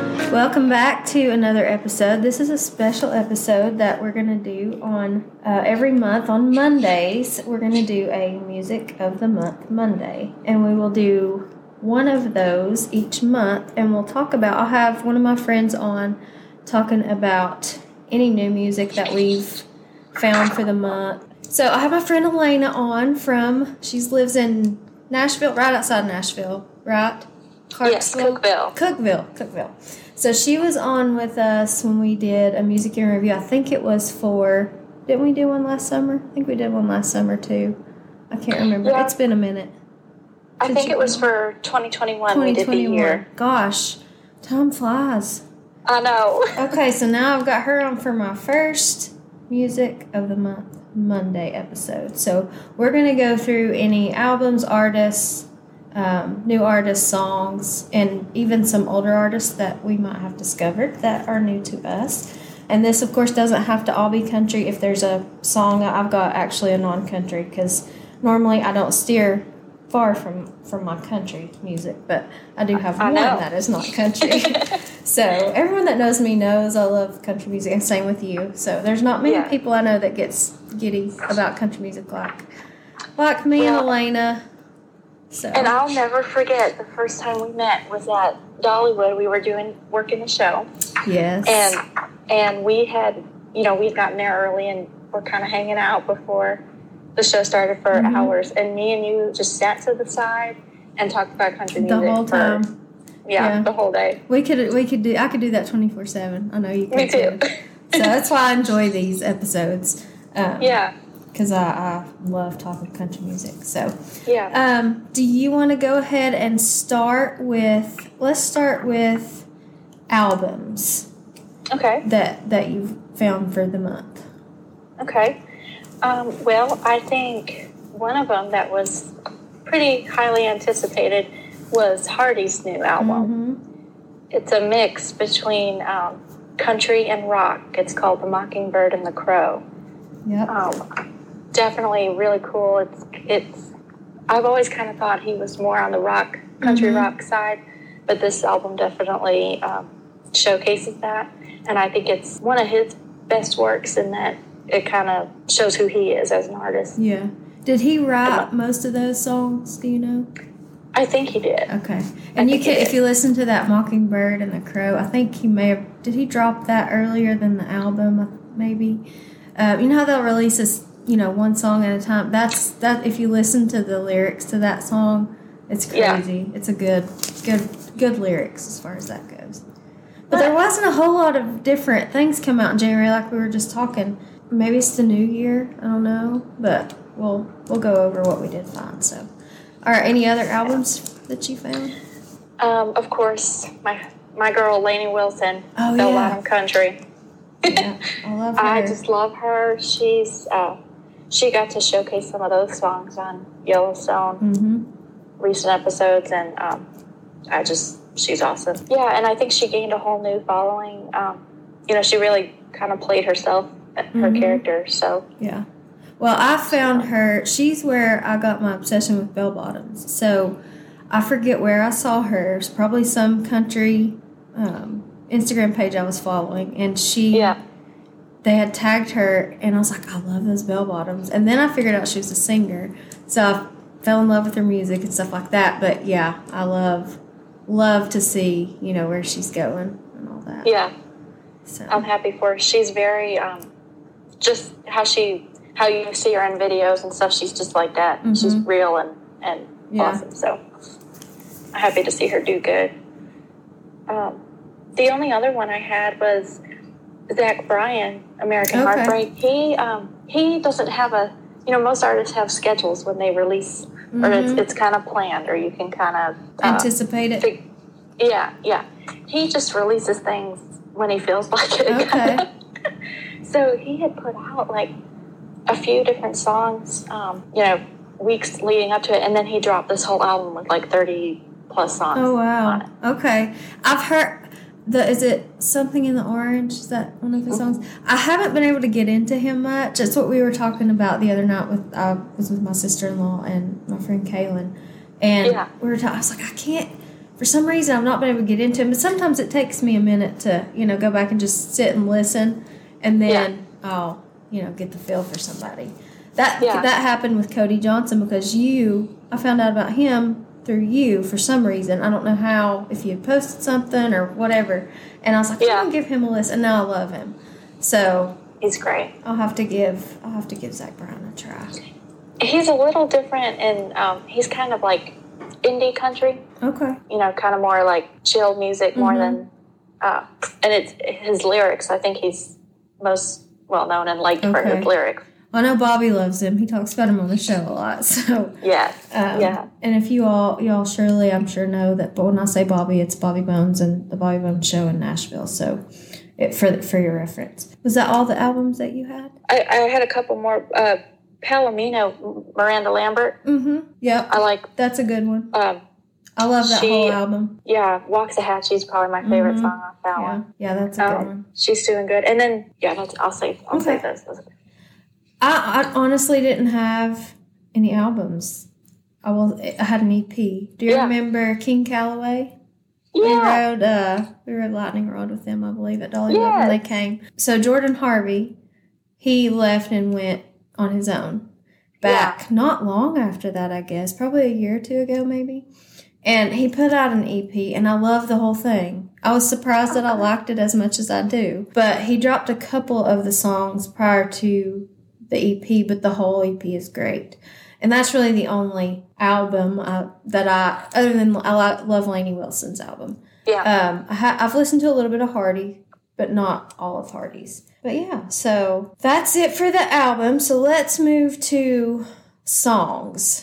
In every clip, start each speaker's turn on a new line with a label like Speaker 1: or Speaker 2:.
Speaker 1: Welcome back to another episode. This is a special episode that we're going to do on uh, every month on Mondays. We're going to do a Music of the Month Monday, and we will do one of those each month. And we'll talk about, I'll have one of my friends on talking about any new music that we've found for the month. So I have my friend Elena on from, she lives in Nashville, right outside Nashville, right?
Speaker 2: Yes, Cookville.
Speaker 1: Cookville, Cookville. So she was on with us when we did a music year review. I think it was for. Didn't we do one last summer? I think we did one last summer too. I can't remember.
Speaker 2: Yeah.
Speaker 1: It's been a minute.
Speaker 2: I
Speaker 1: Did
Speaker 2: think
Speaker 1: you-
Speaker 2: it was for 2021, we did the
Speaker 1: 2021.
Speaker 2: year.
Speaker 1: Gosh, time flies.
Speaker 2: I know.
Speaker 1: Okay, so now I've got her on for my first music of the month Monday episode. So we're gonna go through any albums, artists, um, new artists, songs, and even some older artists that we might have discovered that are new to us. And this, of course, doesn't have to all be country. If there's a song, I've got actually a non-country because normally I don't steer far from from my country music, but I do have
Speaker 2: I
Speaker 1: one
Speaker 2: know.
Speaker 1: that is not country. So everyone that knows me knows I love country music, and same with you. So there's not many
Speaker 2: Yeah.
Speaker 1: people I know that gets giddy about country music like like me and
Speaker 2: Well-
Speaker 1: Elena. So
Speaker 2: And I'll never forget the first time we met was at Dollywood. We were doing working the show,
Speaker 1: yes,
Speaker 2: and and we had you know we'd gotten there early and we're kind of hanging out before the show started for
Speaker 1: Mhm.
Speaker 2: hours. And me and you just sat to the side and talked about country
Speaker 1: the
Speaker 2: music
Speaker 1: whole
Speaker 2: for-
Speaker 1: time
Speaker 2: yeah,
Speaker 1: Yeah.
Speaker 2: the whole day.
Speaker 1: we could we could do I could do that twenty four seven. I know you could
Speaker 2: Me too.
Speaker 1: so that's why I enjoy these episodes. Um,
Speaker 2: yeah,
Speaker 1: because I, I love talking country music. So.
Speaker 2: yeah.
Speaker 1: Um, do you want to go ahead and start with? Let's start with albums
Speaker 2: Okay.
Speaker 1: that that you've found for the month.
Speaker 2: Okay. Um, well, I think one of them that was pretty highly anticipated was Hardy's new album.
Speaker 1: Mhm.
Speaker 2: It's a mix between um, country and rock. It's called The Mockingbird and the Crow.
Speaker 1: Mm-hmm. Yep.
Speaker 2: Um, definitely really cool. It's it's. I've always kind of thought he was more on the rock country
Speaker 1: Mhm.
Speaker 2: rock side, but this album definitely um, showcases that, and I think it's one of his best works in that it kind of shows who he is as an artist.
Speaker 1: Yeah. Did he write most of those songs? Do you know?
Speaker 2: I think he did.
Speaker 1: Okay. And you
Speaker 2: think he
Speaker 1: can, if
Speaker 2: did.
Speaker 1: you listen to that Mockingbird and the Crow, I think he may have. Did he drop that earlier than the album? uh, Maybe. Um, you know how they'll release this, you know, one song at a time. That's that. If you listen to the lyrics to that song, it's
Speaker 2: Yeah.
Speaker 1: crazy. It's a good, good, good lyrics as far as that goes. But there wasn't a whole lot of different things come out in January, like we were just talking. Maybe it's the new year. I don't know, but we'll we'll go over what we did find. So, are any other albums that you found?
Speaker 2: Um, of course, my my girl Lainey Wilson,
Speaker 1: Oh,
Speaker 2: Bell
Speaker 1: yeah.
Speaker 2: Bottom Country.
Speaker 1: Yeah, I love her.
Speaker 2: I just love her. She's uh, she got to showcase some of those songs on Yellowstone.
Speaker 1: hmm
Speaker 2: recent episodes, and um, I just she's awesome. Yeah, and I think she gained a whole new following. Um, you know, she really kind of played herself, her
Speaker 1: Mhm.
Speaker 2: character. So
Speaker 1: Yeah. Well, I found her. She's where I got my obsession with bell bottoms. So I forget where I saw her. It's probably some country um, Instagram page I was following, and she
Speaker 2: yeah,
Speaker 1: they had tagged her, and I was like, I love those bell bottoms. And then I figured out she was a singer, so I fell in love with her music and stuff like that. But yeah, I love love to see you know where she's going and all that.
Speaker 2: yeah,
Speaker 1: So
Speaker 2: I'm happy for her. She's very um, just how she how you see her in videos and stuff. She's just like that. She's
Speaker 1: Mhm.
Speaker 2: real and and
Speaker 1: Yeah.
Speaker 2: awesome. So I'm happy to see her do good. Um, the only other one I had was Zach Bryan, American
Speaker 1: Okay.
Speaker 2: Heartbreak. He um, he doesn't have a you know most artists have schedules when they release or it's,
Speaker 1: mhm.
Speaker 2: it's kind of planned or you can kind of uh,
Speaker 1: anticipate it.
Speaker 2: fig- yeah yeah he just releases things when he feels like it.
Speaker 1: Okay.
Speaker 2: so he had put out like a few different songs, um, you know, weeks leading up to it, and then he dropped this whole album with like thirty plus songs.
Speaker 1: Oh wow.
Speaker 2: on it.
Speaker 1: Okay. I've heard the is it something in the orange? Is that one of his songs? I haven't been able to get into him much. It's what we were talking about the other night with I was with my sister in law and my friend Kaylin. And
Speaker 2: Yeah.
Speaker 1: we were talking I was like, I can't for some reason I've not been able to get into them. But sometimes it takes me a minute to you know go back and just sit and listen, and then I'll you know get the feel for somebody. That
Speaker 2: Yeah.
Speaker 1: that happened with Cody Johnson because you I found out about him through you for some reason. I don't know how if you had posted something or whatever, and I was like,
Speaker 2: Yeah.
Speaker 1: I'm gonna give him a listen. And now I love him, so
Speaker 2: He's great.
Speaker 1: I'll have to give I'll have to give Zach Brown a try.
Speaker 2: He's a little different, and um, he's kind of like indie country.
Speaker 1: Okay.
Speaker 2: you know, kind of more like chill music more
Speaker 1: Mhm.
Speaker 2: than, uh, and it's his lyrics. I think he's most well known and liked for
Speaker 1: Okay.
Speaker 2: his lyrics.
Speaker 1: I know Bobby loves him. He talks about him on the show a lot. So
Speaker 2: Yeah,
Speaker 1: Um,
Speaker 2: Yeah.
Speaker 1: And if you all, y'all surely, I'm sure know that. But when I say Bobby, it's Bobby Bones and the Bobby Bones Show in Nashville. So, it, for for your reference, was that all the albums that you had?
Speaker 2: I, I had a couple more. Uh, Palomino, Miranda Lambert.
Speaker 1: Mm-hmm. Yep.
Speaker 2: I like.
Speaker 1: That's a good one.
Speaker 2: Um,
Speaker 1: I love that
Speaker 2: She-
Speaker 1: whole album.
Speaker 2: yeah, Waxahachie is probably my favorite
Speaker 1: Mhm.
Speaker 2: song off that
Speaker 1: Yeah.
Speaker 2: one.
Speaker 1: Yeah, that's a good
Speaker 2: Oh.
Speaker 1: one.
Speaker 2: She's doing good. And then yeah, that's, I'll say I'll say
Speaker 1: Okay.
Speaker 2: this.
Speaker 1: I, I honestly didn't have any albums. I will. I had an EP. Do you
Speaker 2: Yeah.
Speaker 1: remember King Calloway?
Speaker 2: Yeah,
Speaker 1: We rode uh we rode Lightning Rod with them, I believe, at Dollywood when
Speaker 2: Yes.
Speaker 1: they came. So Jordan Harvey, he left and went on his own. Back not long after that, I guess, probably a year or two ago maybe. And he put out an EP and I love the whole thing. I was surprised that I liked it as much as I do. But he dropped a couple of the songs prior to the EP, but the whole EP is great. And that's really the only album uh, that I, other than I li- love Laney Wilson's album.
Speaker 2: yeah.
Speaker 1: Um, I ha- I've listened to a little bit of Hardy, but not all of Hardy's. But yeah, so that's it for the album. So let's move to songs.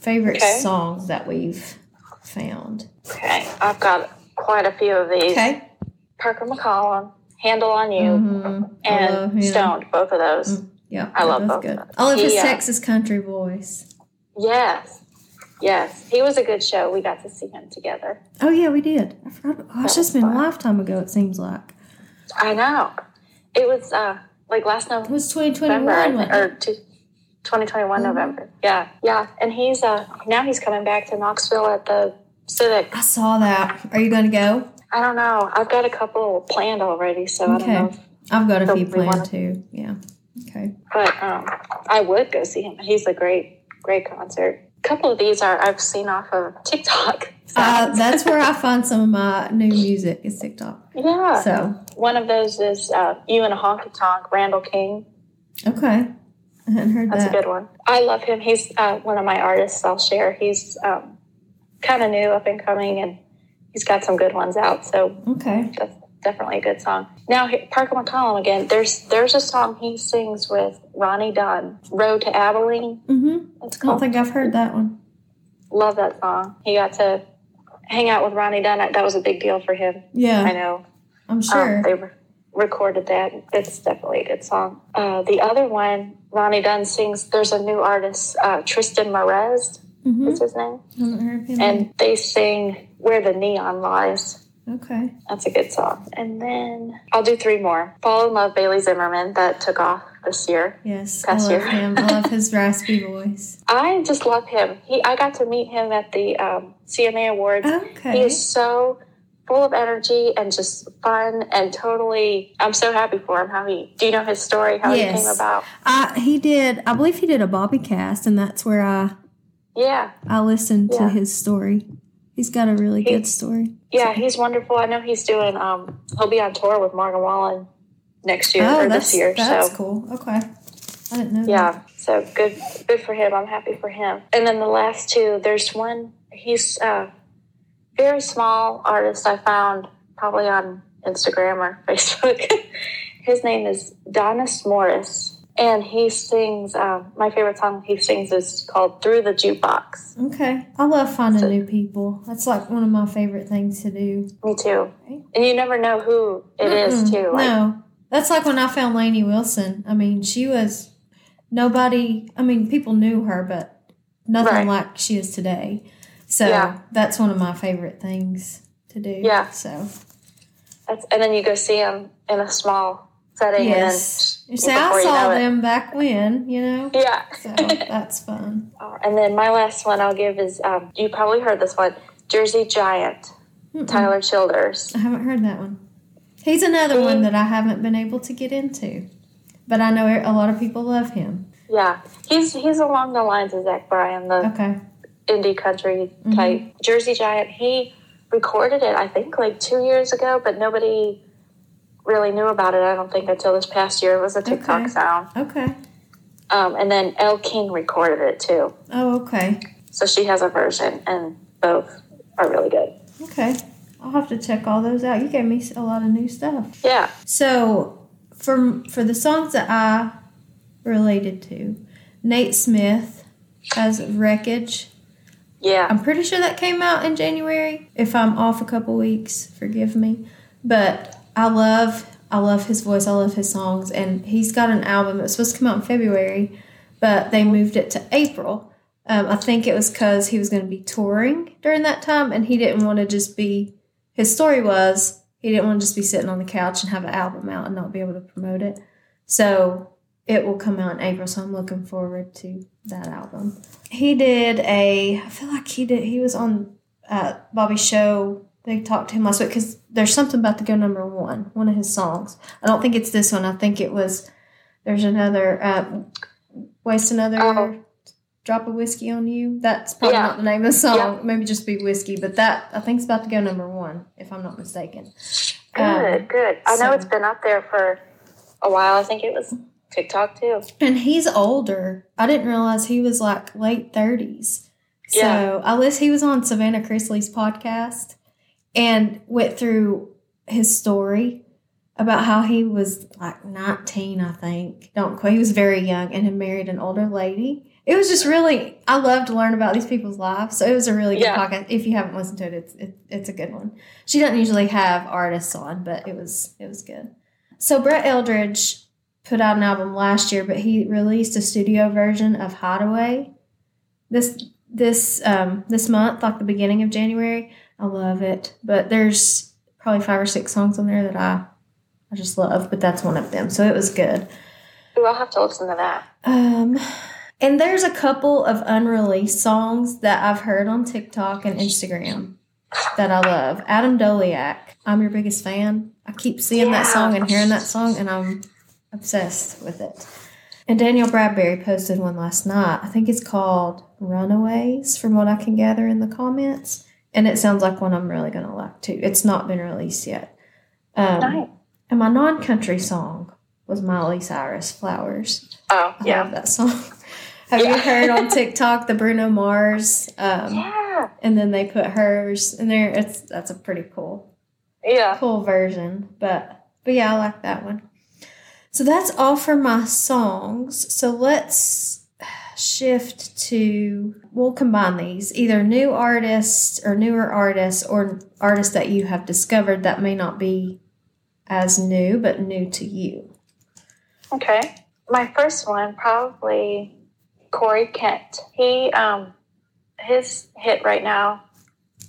Speaker 1: Favorite
Speaker 2: Okay.
Speaker 1: songs that we've found.
Speaker 2: Okay, I've got quite a few of these.
Speaker 1: Okay.
Speaker 2: Parker McCollum, Handle on You,
Speaker 1: Mhm. I love him.
Speaker 2: and Stoned. Both of those.
Speaker 1: Mm. Yeah,
Speaker 2: I
Speaker 1: they're
Speaker 2: love
Speaker 1: both
Speaker 2: both
Speaker 1: good.
Speaker 2: of
Speaker 1: I love his
Speaker 2: Yeah.
Speaker 1: Texas country voice.
Speaker 2: Yes. Yes. He was a good show. We got to see him together.
Speaker 1: Oh yeah, we did. I forgot. Gosh,
Speaker 2: was
Speaker 1: it's been a
Speaker 2: fun.
Speaker 1: lifetime ago. It seems like
Speaker 2: I know. It was uh like last
Speaker 1: it
Speaker 2: November
Speaker 1: was twenty twenty
Speaker 2: I
Speaker 1: one.
Speaker 2: think, or two, 2021
Speaker 1: Mhm.
Speaker 2: November. Yeah. Yeah. And he's uh now he's coming back to Knoxville at the Civic.
Speaker 1: I saw that. Are you going to go?
Speaker 2: I don't know. I've got a couple planned already, so I
Speaker 1: Okay.
Speaker 2: don't know.
Speaker 1: I've got a
Speaker 2: So
Speaker 1: few
Speaker 2: we
Speaker 1: planned
Speaker 2: wanna-
Speaker 1: too. Yeah. Okay.
Speaker 2: But um I would go see him. He's a great great concert. A couple of these are I've seen off of TikTok.
Speaker 1: Uh, that's where I find some of my new music is TikTok.
Speaker 2: yeah.
Speaker 1: So
Speaker 2: One of those is uh, You and a Honky Tonk, Randall King.
Speaker 1: okay, I hadn't heard
Speaker 2: That's
Speaker 1: that.
Speaker 2: a good one. I love him. He's uh, one of my artists I'll share. He's um, kind of new, up and coming, and he's got some good ones out. So
Speaker 1: Okay.
Speaker 2: that's definitely a good song. Now, he- Parker McCollum again. There's there's a song he sings with Ronnie Dunn, Road to Abilene.
Speaker 1: Mm-hmm.
Speaker 2: It's
Speaker 1: I don't
Speaker 2: called.
Speaker 1: think I've heard that one.
Speaker 2: Love that song. He got to hang out with Ronnie Dunn. That was a big deal for him. I
Speaker 1: Yeah,
Speaker 2: know.
Speaker 1: I'm
Speaker 2: Um,
Speaker 1: Uh, sure.
Speaker 2: they re- recorded that. It's definitely a good song. Uh, the other one, Ronnie Dunn sings, there's a new artist, uh, Tristan Merez
Speaker 1: Mm-hmm.
Speaker 2: is his name.
Speaker 1: I haven't heard of him.
Speaker 2: And they sing Where the Neon Lies.
Speaker 1: yet. okay.
Speaker 2: That's a good song. And then I'll do three more. Fall in Love, Bailey Zimmerman, that took off this year.
Speaker 1: Yes, I
Speaker 2: That's
Speaker 1: love
Speaker 2: your-
Speaker 1: him. I love his raspy voice.
Speaker 2: I just love him. He, I got to meet him at the um, CMA Awards. He
Speaker 1: Okay.
Speaker 2: is so full of energy and just fun and totally. I'm so happy for him. How he? Do you know his story? How he came
Speaker 1: Yes.
Speaker 2: about?
Speaker 1: I, Uh, he did. I believe he did a Bobby cast, and that's where I
Speaker 2: Yeah,
Speaker 1: I listened to
Speaker 2: Yeah.
Speaker 1: his story. He's got a really
Speaker 2: He-
Speaker 1: good story.
Speaker 2: yeah, he's wonderful. I know he's doing. Um, he'll be on tour with Morgan Wallen next year or
Speaker 1: Oh, that's
Speaker 2: this year.
Speaker 1: that's
Speaker 2: so
Speaker 1: cool. Okay. I didn't know.
Speaker 2: yeah, so good, good for him. I'm happy for him. And then the last two. There's one. He's a very small artist. I found probably on Instagram or Facebook. His name is Donis Morris, and he sings. Um, my favorite song he sings is called "Through the Jukebox."
Speaker 1: That. Okay. I love finding
Speaker 2: So-
Speaker 1: new people. That's like one of my favorite things to do.
Speaker 2: Me too.
Speaker 1: Okay.
Speaker 2: And you never know who it is
Speaker 1: Mm-mm,
Speaker 2: too. Like,
Speaker 1: no, that's like when I found Lainey Wilson. I mean, she was nobody. I mean, people knew her, but nothing
Speaker 2: Right.
Speaker 1: like she is today. So
Speaker 2: Yeah.
Speaker 1: that's one of my favorite things to do.
Speaker 2: Yeah.
Speaker 1: So
Speaker 2: That's, and then you go see him in a small setting.
Speaker 1: yes, you
Speaker 2: And then
Speaker 1: say I
Speaker 2: before you
Speaker 1: saw
Speaker 2: know it-
Speaker 1: them back when, you know.
Speaker 2: Yeah.
Speaker 1: So that's fun.
Speaker 2: Uh, And then my last one I'll give is um, you probably heard this one. Jersey Giant,
Speaker 1: Mm-mm.
Speaker 2: Tyler Childers.
Speaker 1: I haven't heard that one. He's another one that I haven't been able to get into, but I know a lot of people love him.
Speaker 2: Yeah, he's he's along the lines of Zach Bryan, the
Speaker 1: Okay. Mm-hmm.
Speaker 2: indie country type. Jersey Giant. He recorded it, I think, like two years ago, but nobody really knew about it. I don't think until this past year. It was a TikTok
Speaker 1: Okay.
Speaker 2: sound,
Speaker 1: Okay.
Speaker 2: um, and then El King recorded it too.
Speaker 1: Oh, okay.
Speaker 2: So she has a version, and both are really good.
Speaker 1: Okay. I'll have to check all those out. You gave me a lot of new stuff.
Speaker 2: Yeah,
Speaker 1: So, for for the songs that I related to, Nate Smith has "Wreckage."
Speaker 2: yeah.
Speaker 1: I'm pretty sure that came out in January. If I'm off a couple weeks, forgive me. But I love I love his voice. I love his songs, and he's got an album that was supposed to come out in February, but they moved it to April. Um, I think it was because he was going to be touring during that time, and he didn't want to just be. His story was he didn't want to just be sitting on the couch and have an album out and not be able to promote it. So it will come out in April, so I'm looking forward to that album. He did a, I feel like he did, he was on uh, Bobby's show. They talked to him last week because there's something about to go number one, one of his songs. I don't think it's this one. I think it was, there's another, uh, Waste Another
Speaker 2: Oh.
Speaker 1: Drop of Whiskey on You. That's probably
Speaker 2: Yeah.
Speaker 1: not the name of the song.
Speaker 2: Yeah.
Speaker 1: Maybe just be Whiskey, but that, I think, is about to go number one, if I'm not mistaken. Um,
Speaker 2: Good, good. I know
Speaker 1: so-
Speaker 2: it's been up there for a while. I think it was TikTok too.
Speaker 1: And he's older. I didn't realize he was like late thirties. So
Speaker 2: Yeah.
Speaker 1: I list he was on Savannah Chrisley's podcast and went through his story about how he was like nineteen, I think. Don't quote. He was very young and had married an older lady. It was just really I love to learn about these people's lives. So it was a really good
Speaker 2: Yeah.
Speaker 1: podcast. If you haven't listened to it, it's it, it's a good one. She doesn't usually have artists on, but it was it was good. So Brett Eldridge put out an album last year, but he released a studio version of Hideaway this this um, this month, like the beginning of January. I love it, but there's probably five or six songs on there that I I just love, but that's one of them. So it was good.
Speaker 2: Ooh, I'll have to listen to that.
Speaker 1: Um, and there's a couple of unreleased songs that I've heard on TikTok and Instagram that I love. Adam Doliak, I'm your biggest fan. I keep seeing that
Speaker 2: Yeah.
Speaker 1: song and hearing that song, and I'm obsessed with it. And Daniel Bradbury posted one last night. I think it's called Runaways, from what I can gather in the comments. And it sounds like one I'm really going to like too. It's not been released yet. Um,
Speaker 2: Nice.
Speaker 1: And my non country song was Miley Cyrus Flowers.
Speaker 2: Oh,
Speaker 1: I
Speaker 2: yeah.
Speaker 1: love that song. Have you
Speaker 2: Yeah.
Speaker 1: heard on TikTok the Bruno Mars? Um,
Speaker 2: Yeah.
Speaker 1: And then they put hers in there. It's that's a pretty cool,
Speaker 2: Yeah.
Speaker 1: cool version. But but yeah, I like that one. So that's all for my songs. So let's shift to we'll combine these either new artists or newer artists or artists that you have discovered that may not be as new but new to you.
Speaker 2: Okay. My first one probably Corey Kent. He um his hit right now,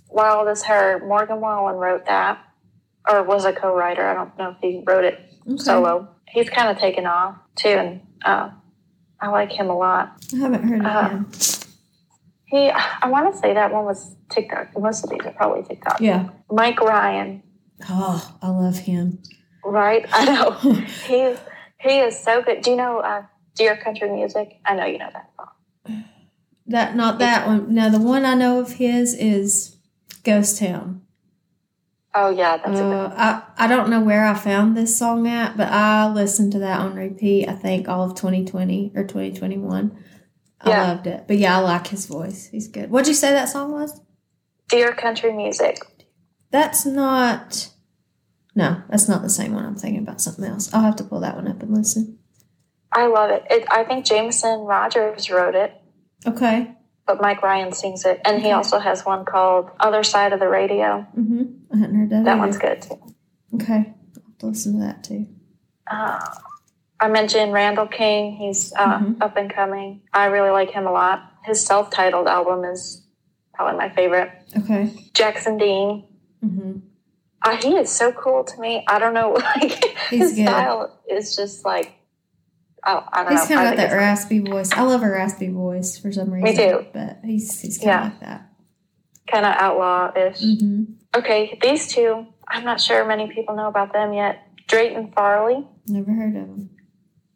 Speaker 2: Wild as Her, Morgan Wallen wrote that. Or was a co writer. I don't know if he wrote it
Speaker 1: Okay.
Speaker 2: solo. He's kinda taken off too and uh, I like him a lot.
Speaker 1: I haven't heard of
Speaker 2: Uh,
Speaker 1: him.
Speaker 2: He, I want to say that one was TikTok. Most of these are probably TikTok.
Speaker 1: Yeah.
Speaker 2: Mike Ryan,
Speaker 1: Oh, I love him.
Speaker 2: right? I know he's he is so good. Do you know uh, Dear Country Music? I know you know that song.
Speaker 1: that not that one. Now the one I know of his is Ghost Town.
Speaker 2: Oh yeah, that's a good.
Speaker 1: Uh, I I don't know where I found this song at, but I listened to that on repeat. I think all of 2020 or 2021. I
Speaker 2: Yeah.
Speaker 1: loved it. But yeah, I like his voice. He's good. What'd you say that song was?
Speaker 2: Dear Country Music.
Speaker 1: That's not. No, that's not the same one. I'm thinking about something else. I'll have to pull that one up and listen.
Speaker 2: I love it. it. I think Jameson Rogers wrote it,
Speaker 1: Okay.
Speaker 2: but Mike Ryan sings it, and he
Speaker 1: Okay.
Speaker 2: also has one called Other Side of the Radio.
Speaker 1: Mm-hmm. I hadn't heard that.
Speaker 2: That
Speaker 1: either.
Speaker 2: one's good too.
Speaker 1: Okay. I'll have to listen to that too.
Speaker 2: Uh, I mentioned Randall King. He's uh,
Speaker 1: Mhm.
Speaker 2: up and coming. I really like him a lot. His self titled album is probably my favorite.
Speaker 1: Okay.
Speaker 2: Jackson Dean.
Speaker 1: Mm-hmm.
Speaker 2: Uh, he is so cool to me. I don't know. Like,
Speaker 1: He's
Speaker 2: his
Speaker 1: good.
Speaker 2: style is just like, I, I don't
Speaker 1: He's
Speaker 2: know.
Speaker 1: kind
Speaker 2: Um, I
Speaker 1: of got
Speaker 2: think
Speaker 1: that raspy voice. I love a raspy voice for some reason.
Speaker 2: too.
Speaker 1: But he's he's kind of
Speaker 2: Yeah.
Speaker 1: like that.
Speaker 2: kind of outlaw ish.
Speaker 1: Mm-hmm.
Speaker 2: Okay, these two, I'm not sure many people know about them yet. Drayton Farley,
Speaker 1: Never heard of them.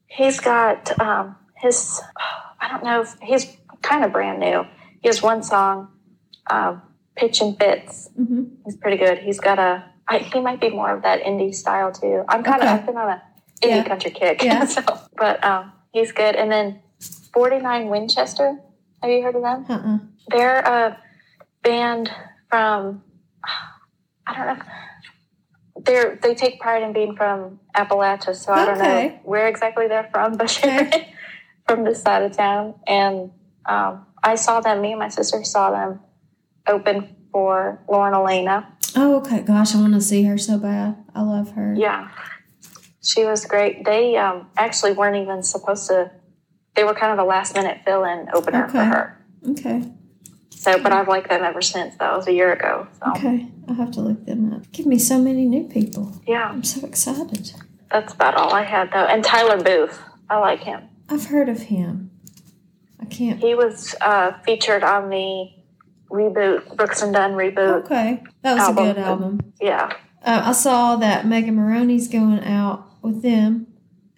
Speaker 2: he's got um, his, I don't know, if he's kind of brand new. He has one song, um, Pitch and Fits.
Speaker 1: Mm-hmm.
Speaker 2: He's pretty good. He's got a, I, he might be more of that indie style too. I'm kind of,
Speaker 1: Okay.
Speaker 2: I've been on a indie
Speaker 1: Yeah.
Speaker 2: country kick.
Speaker 1: Yeah.
Speaker 2: so, but um, he's good. And then 49 Winchester, have you heard of them?
Speaker 1: Uh-uh.
Speaker 2: They're a band from I don't know. They're they take pride in being from Appalachia, so I don't know
Speaker 1: Okay.
Speaker 2: where exactly they're from, but they're from this side of town. And um, I saw them. Me and my sister saw them open for Lauren Elena.
Speaker 1: Oh, okay. Gosh, I want to see her so bad. I love her.
Speaker 2: Yeah, she was great. They um, actually weren't even supposed to. They were kind of a last minute fill in opener for
Speaker 1: Okay.
Speaker 2: her.
Speaker 1: Okay.
Speaker 2: So, but I've liked them ever since. That was a year ago. So,
Speaker 1: Okay. I'll have to look them up. Give me so many new people.
Speaker 2: yeah.
Speaker 1: I'm so excited.
Speaker 2: That's about all I had though. And Tyler Booth, I like him.
Speaker 1: I've heard of him. I can't.
Speaker 2: He was uh, featured on the reboot Brooks and Dunn reboot.
Speaker 1: Okay. That was
Speaker 2: Album.
Speaker 1: a good album.
Speaker 2: Yeah,
Speaker 1: Uh, I saw that Megan Maroney's going out with them,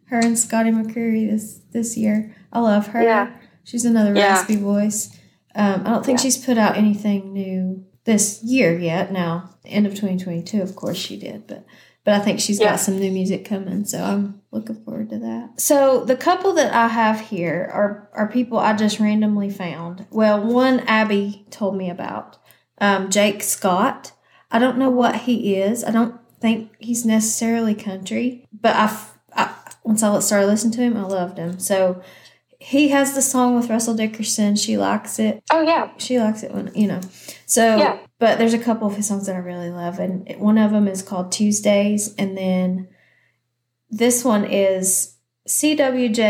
Speaker 1: her and Scotty McCreery this, this year. I love her.
Speaker 2: Yeah.
Speaker 1: She's another
Speaker 2: Yeah.
Speaker 1: raspy voice. Um, I don't think
Speaker 2: Yeah.
Speaker 1: she's put out anything new this year yet. Now, end of 2022, of course she did, but but I think she's
Speaker 2: Yeah.
Speaker 1: got some new music coming, so I'm looking forward to that. So the couple that I have here are are people I just randomly found. Well, one Abby told me about um, Jake Scott. I don't know what he is. I don't think he's necessarily country, but I, f- I- once I started listening to him, I loved him. So he has the song with Russell Dickerson. She likes it
Speaker 2: Oh yeah,
Speaker 1: she likes it when you know. So,
Speaker 2: Yeah.
Speaker 1: but there's a couple of his songs that I really love, and it- one of them is called Tuesdays, and then this one is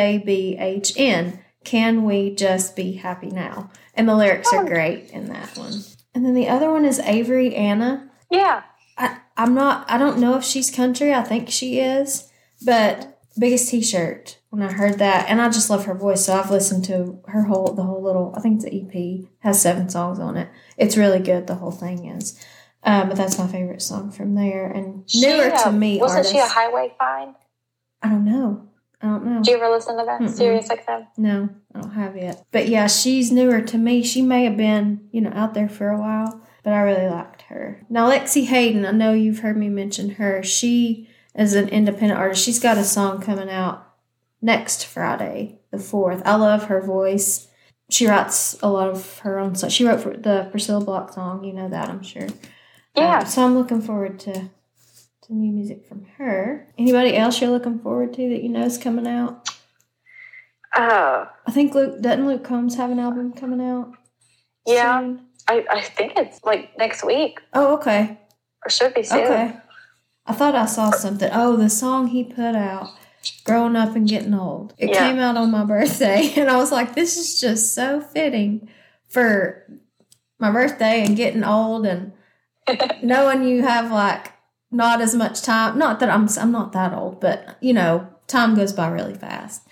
Speaker 1: CWJBHN. Can we just be happy now? And the lyrics are
Speaker 2: Oh.
Speaker 1: great in that one. And then the other one is Avery Anna.
Speaker 2: yeah,
Speaker 1: I, I'm not. I don't know if she's country. I think she is, but biggest T-shirt. When I heard that, and I just love her voice, so I've listened to her whole the whole little. I think it's an EP has seven songs on it. It's really good. The whole thing is, um, but that's my favorite song from there. And
Speaker 2: She,
Speaker 1: newer to
Speaker 2: uh,
Speaker 1: me,
Speaker 2: wasn't
Speaker 1: artist.
Speaker 2: she a Highway Find?
Speaker 1: I don't know. I don't know.
Speaker 2: Do you ever listen to that
Speaker 1: Mm-mm.
Speaker 2: Sirius XM?
Speaker 1: No, I don't have yet. But yeah, she's newer to me. She may have been, you know, out there for a while, but I really liked her. Now, Lexi Hayden, I know you've heard me mention her. She is an independent artist. She's got a song coming out next Friday, the 4th. I love her voice. She writes a lot of her own songs. She wrote for the Priscilla Block song. You know that, I'm sure. Um,
Speaker 2: Yeah,
Speaker 1: so I'm looking forward to to new music from her. Anybody else you're looking forward to that you know is coming out?
Speaker 2: uh,
Speaker 1: I think Luke doesn't Luke Combs have an album coming out?
Speaker 2: yeah.
Speaker 1: soon?
Speaker 2: I, I think it's like next week
Speaker 1: Oh, okay.
Speaker 2: or should be soon.
Speaker 1: Okay. I thought I saw something. Oh, the song he put out, Growing Up and Getting Old. It
Speaker 2: Yeah.
Speaker 1: came out on my birthday and I was like, this is just so fitting for my birthday and getting old and knowing you have like not as much time. Not that I'm I'm not that old, but you know, time goes by really fast.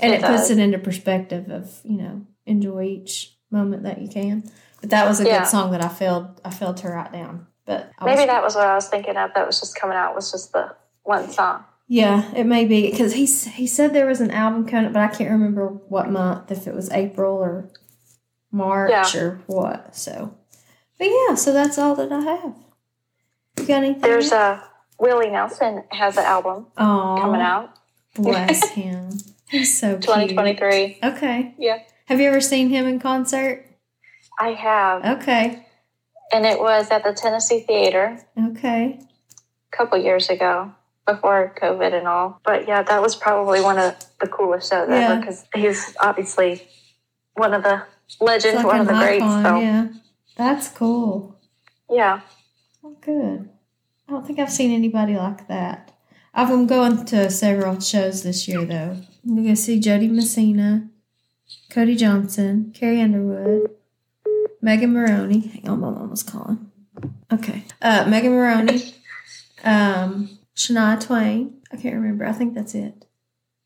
Speaker 1: And
Speaker 2: It
Speaker 1: it, puts
Speaker 2: does.
Speaker 1: it into perspective of, you know, enjoy each moment that you can. But that was a
Speaker 2: Yeah.
Speaker 1: good song that I failed I failed to write down. But I was-
Speaker 2: Maybe that was what I was thinking of. That was just coming out. Was just the one song.
Speaker 1: Mm-hmm. yeah, it may be because he s- he said there was an album coming, up, but I can't remember what month. If it was April or March or what. So, but yeah, so that's all that I have. You got anything?
Speaker 2: There's
Speaker 1: else?
Speaker 2: a Willie Nelson has an album
Speaker 1: Aw,
Speaker 2: coming out
Speaker 1: Bless him. Oh, He's so cute.
Speaker 2: 2023.
Speaker 1: Okay.
Speaker 2: Yeah.
Speaker 1: Have you ever seen him in concert?
Speaker 2: I have.
Speaker 1: Okay.
Speaker 2: and it was at the Tennessee Theater
Speaker 1: Okay.
Speaker 2: a couple years ago before COVID and all. But yeah, that was probably one of the coolest shows ever
Speaker 1: Yeah.
Speaker 2: because he's obviously one of the legends,
Speaker 1: It's like
Speaker 2: one of
Speaker 1: an
Speaker 2: the greats.
Speaker 1: icon,
Speaker 2: So yeah.
Speaker 1: Yeah. That's cool. Well, Oh, good. I don't think I've seen anybody like that. I've been going to several shows this year, though. I'm going to see Jody Messina, Cody Johnson, Carrie Underwood, Megan Maroney. Hang on, my mom was calling. Okay. Uh, Megan Maroney, um, Shania Twain. I can't remember. I think that's it.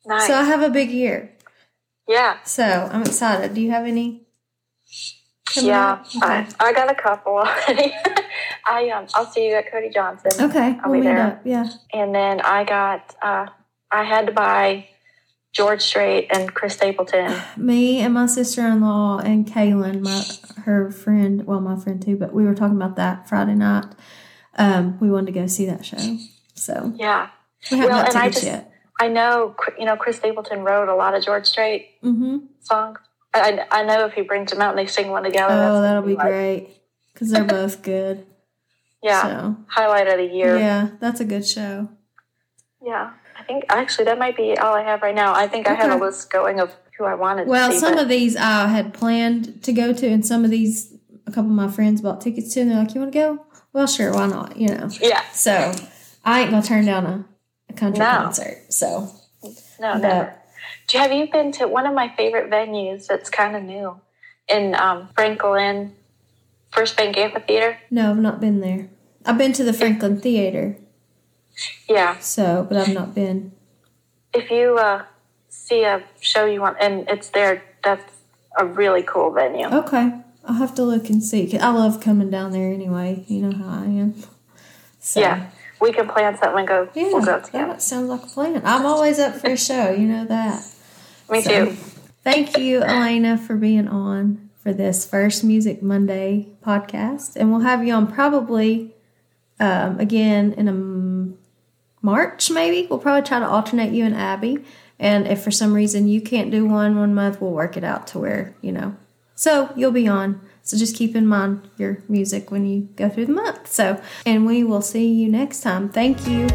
Speaker 2: nice.
Speaker 1: So I have a big year.
Speaker 2: yeah.
Speaker 1: So I'm excited. Do you have any coming
Speaker 2: yeah,
Speaker 1: up?
Speaker 2: I, I got a couple already. I um, I'll see you at Cody Johnson,
Speaker 1: Okay. Okay.
Speaker 2: I'll
Speaker 1: we'll
Speaker 2: be
Speaker 1: meet
Speaker 2: there.
Speaker 1: up. Yeah.
Speaker 2: and then I got uh, I had to buy George Strait and Chris Stapleton.
Speaker 1: Me and my sister in law and Kaylin, my her friend, well, my friend too, but we were talking about that Friday night. Um, we wanted to go see that show, so
Speaker 2: Yeah,
Speaker 1: we haven't
Speaker 2: Well,
Speaker 1: got
Speaker 2: and I
Speaker 1: tickets
Speaker 2: just-
Speaker 1: yet.
Speaker 2: I know. Chr- You know, Chris Stapleton wrote a lot of George Strait
Speaker 1: Mm-hmm.
Speaker 2: songs. I, I I know if he brings them out and they sing one together. that's
Speaker 1: Oh,
Speaker 2: gonna
Speaker 1: that'll be
Speaker 2: like-
Speaker 1: great because they're both good.
Speaker 2: Yeah,
Speaker 1: So
Speaker 2: highlight of the year.
Speaker 1: yeah, that's a good show.
Speaker 2: Yeah, I think actually that might be all I have right now. I think I have
Speaker 1: Okay.
Speaker 2: a list going of who I wanted
Speaker 1: Well,
Speaker 2: to see.
Speaker 1: some
Speaker 2: but-
Speaker 1: of these I had planned to go to, and some of these a couple of my friends bought tickets to, and they're like, "You want to go? Well, sure, why not?" You know.
Speaker 2: yeah,
Speaker 1: So I ain't gonna turn down a, a country
Speaker 2: No.
Speaker 1: concert. So
Speaker 2: no,
Speaker 1: but
Speaker 2: never. Do, have you been to one of my favorite venues that's kind of new in um, Franklin, First Bank Amphitheater?
Speaker 1: no, I've not been there. I've been to the Franklin Theater,
Speaker 2: Yeah,
Speaker 1: so but I've not been.
Speaker 2: if you uh, see a show you want and it's there, that's a really cool venue.
Speaker 1: Okay, I'll have to look and see. 'Cause I love coming down there anyway. You know how I am. So,
Speaker 2: Yeah, we can plan something and go.
Speaker 1: yeah,
Speaker 2: we'll go together.
Speaker 1: that sounds like a plan. I'm always up for a show. You know that.
Speaker 2: Me
Speaker 1: So,
Speaker 2: too.
Speaker 1: Thank you, Elena, for being on for this first Music Monday podcast, and we'll have you on probably um, again in um, March. Maybe we'll probably try to alternate you and Abby. And if for some reason you can't do one one month, we'll work it out to where you know. So you'll be on. So just keep in mind your music when you go through the month. So, and we will see you next time. Thank you.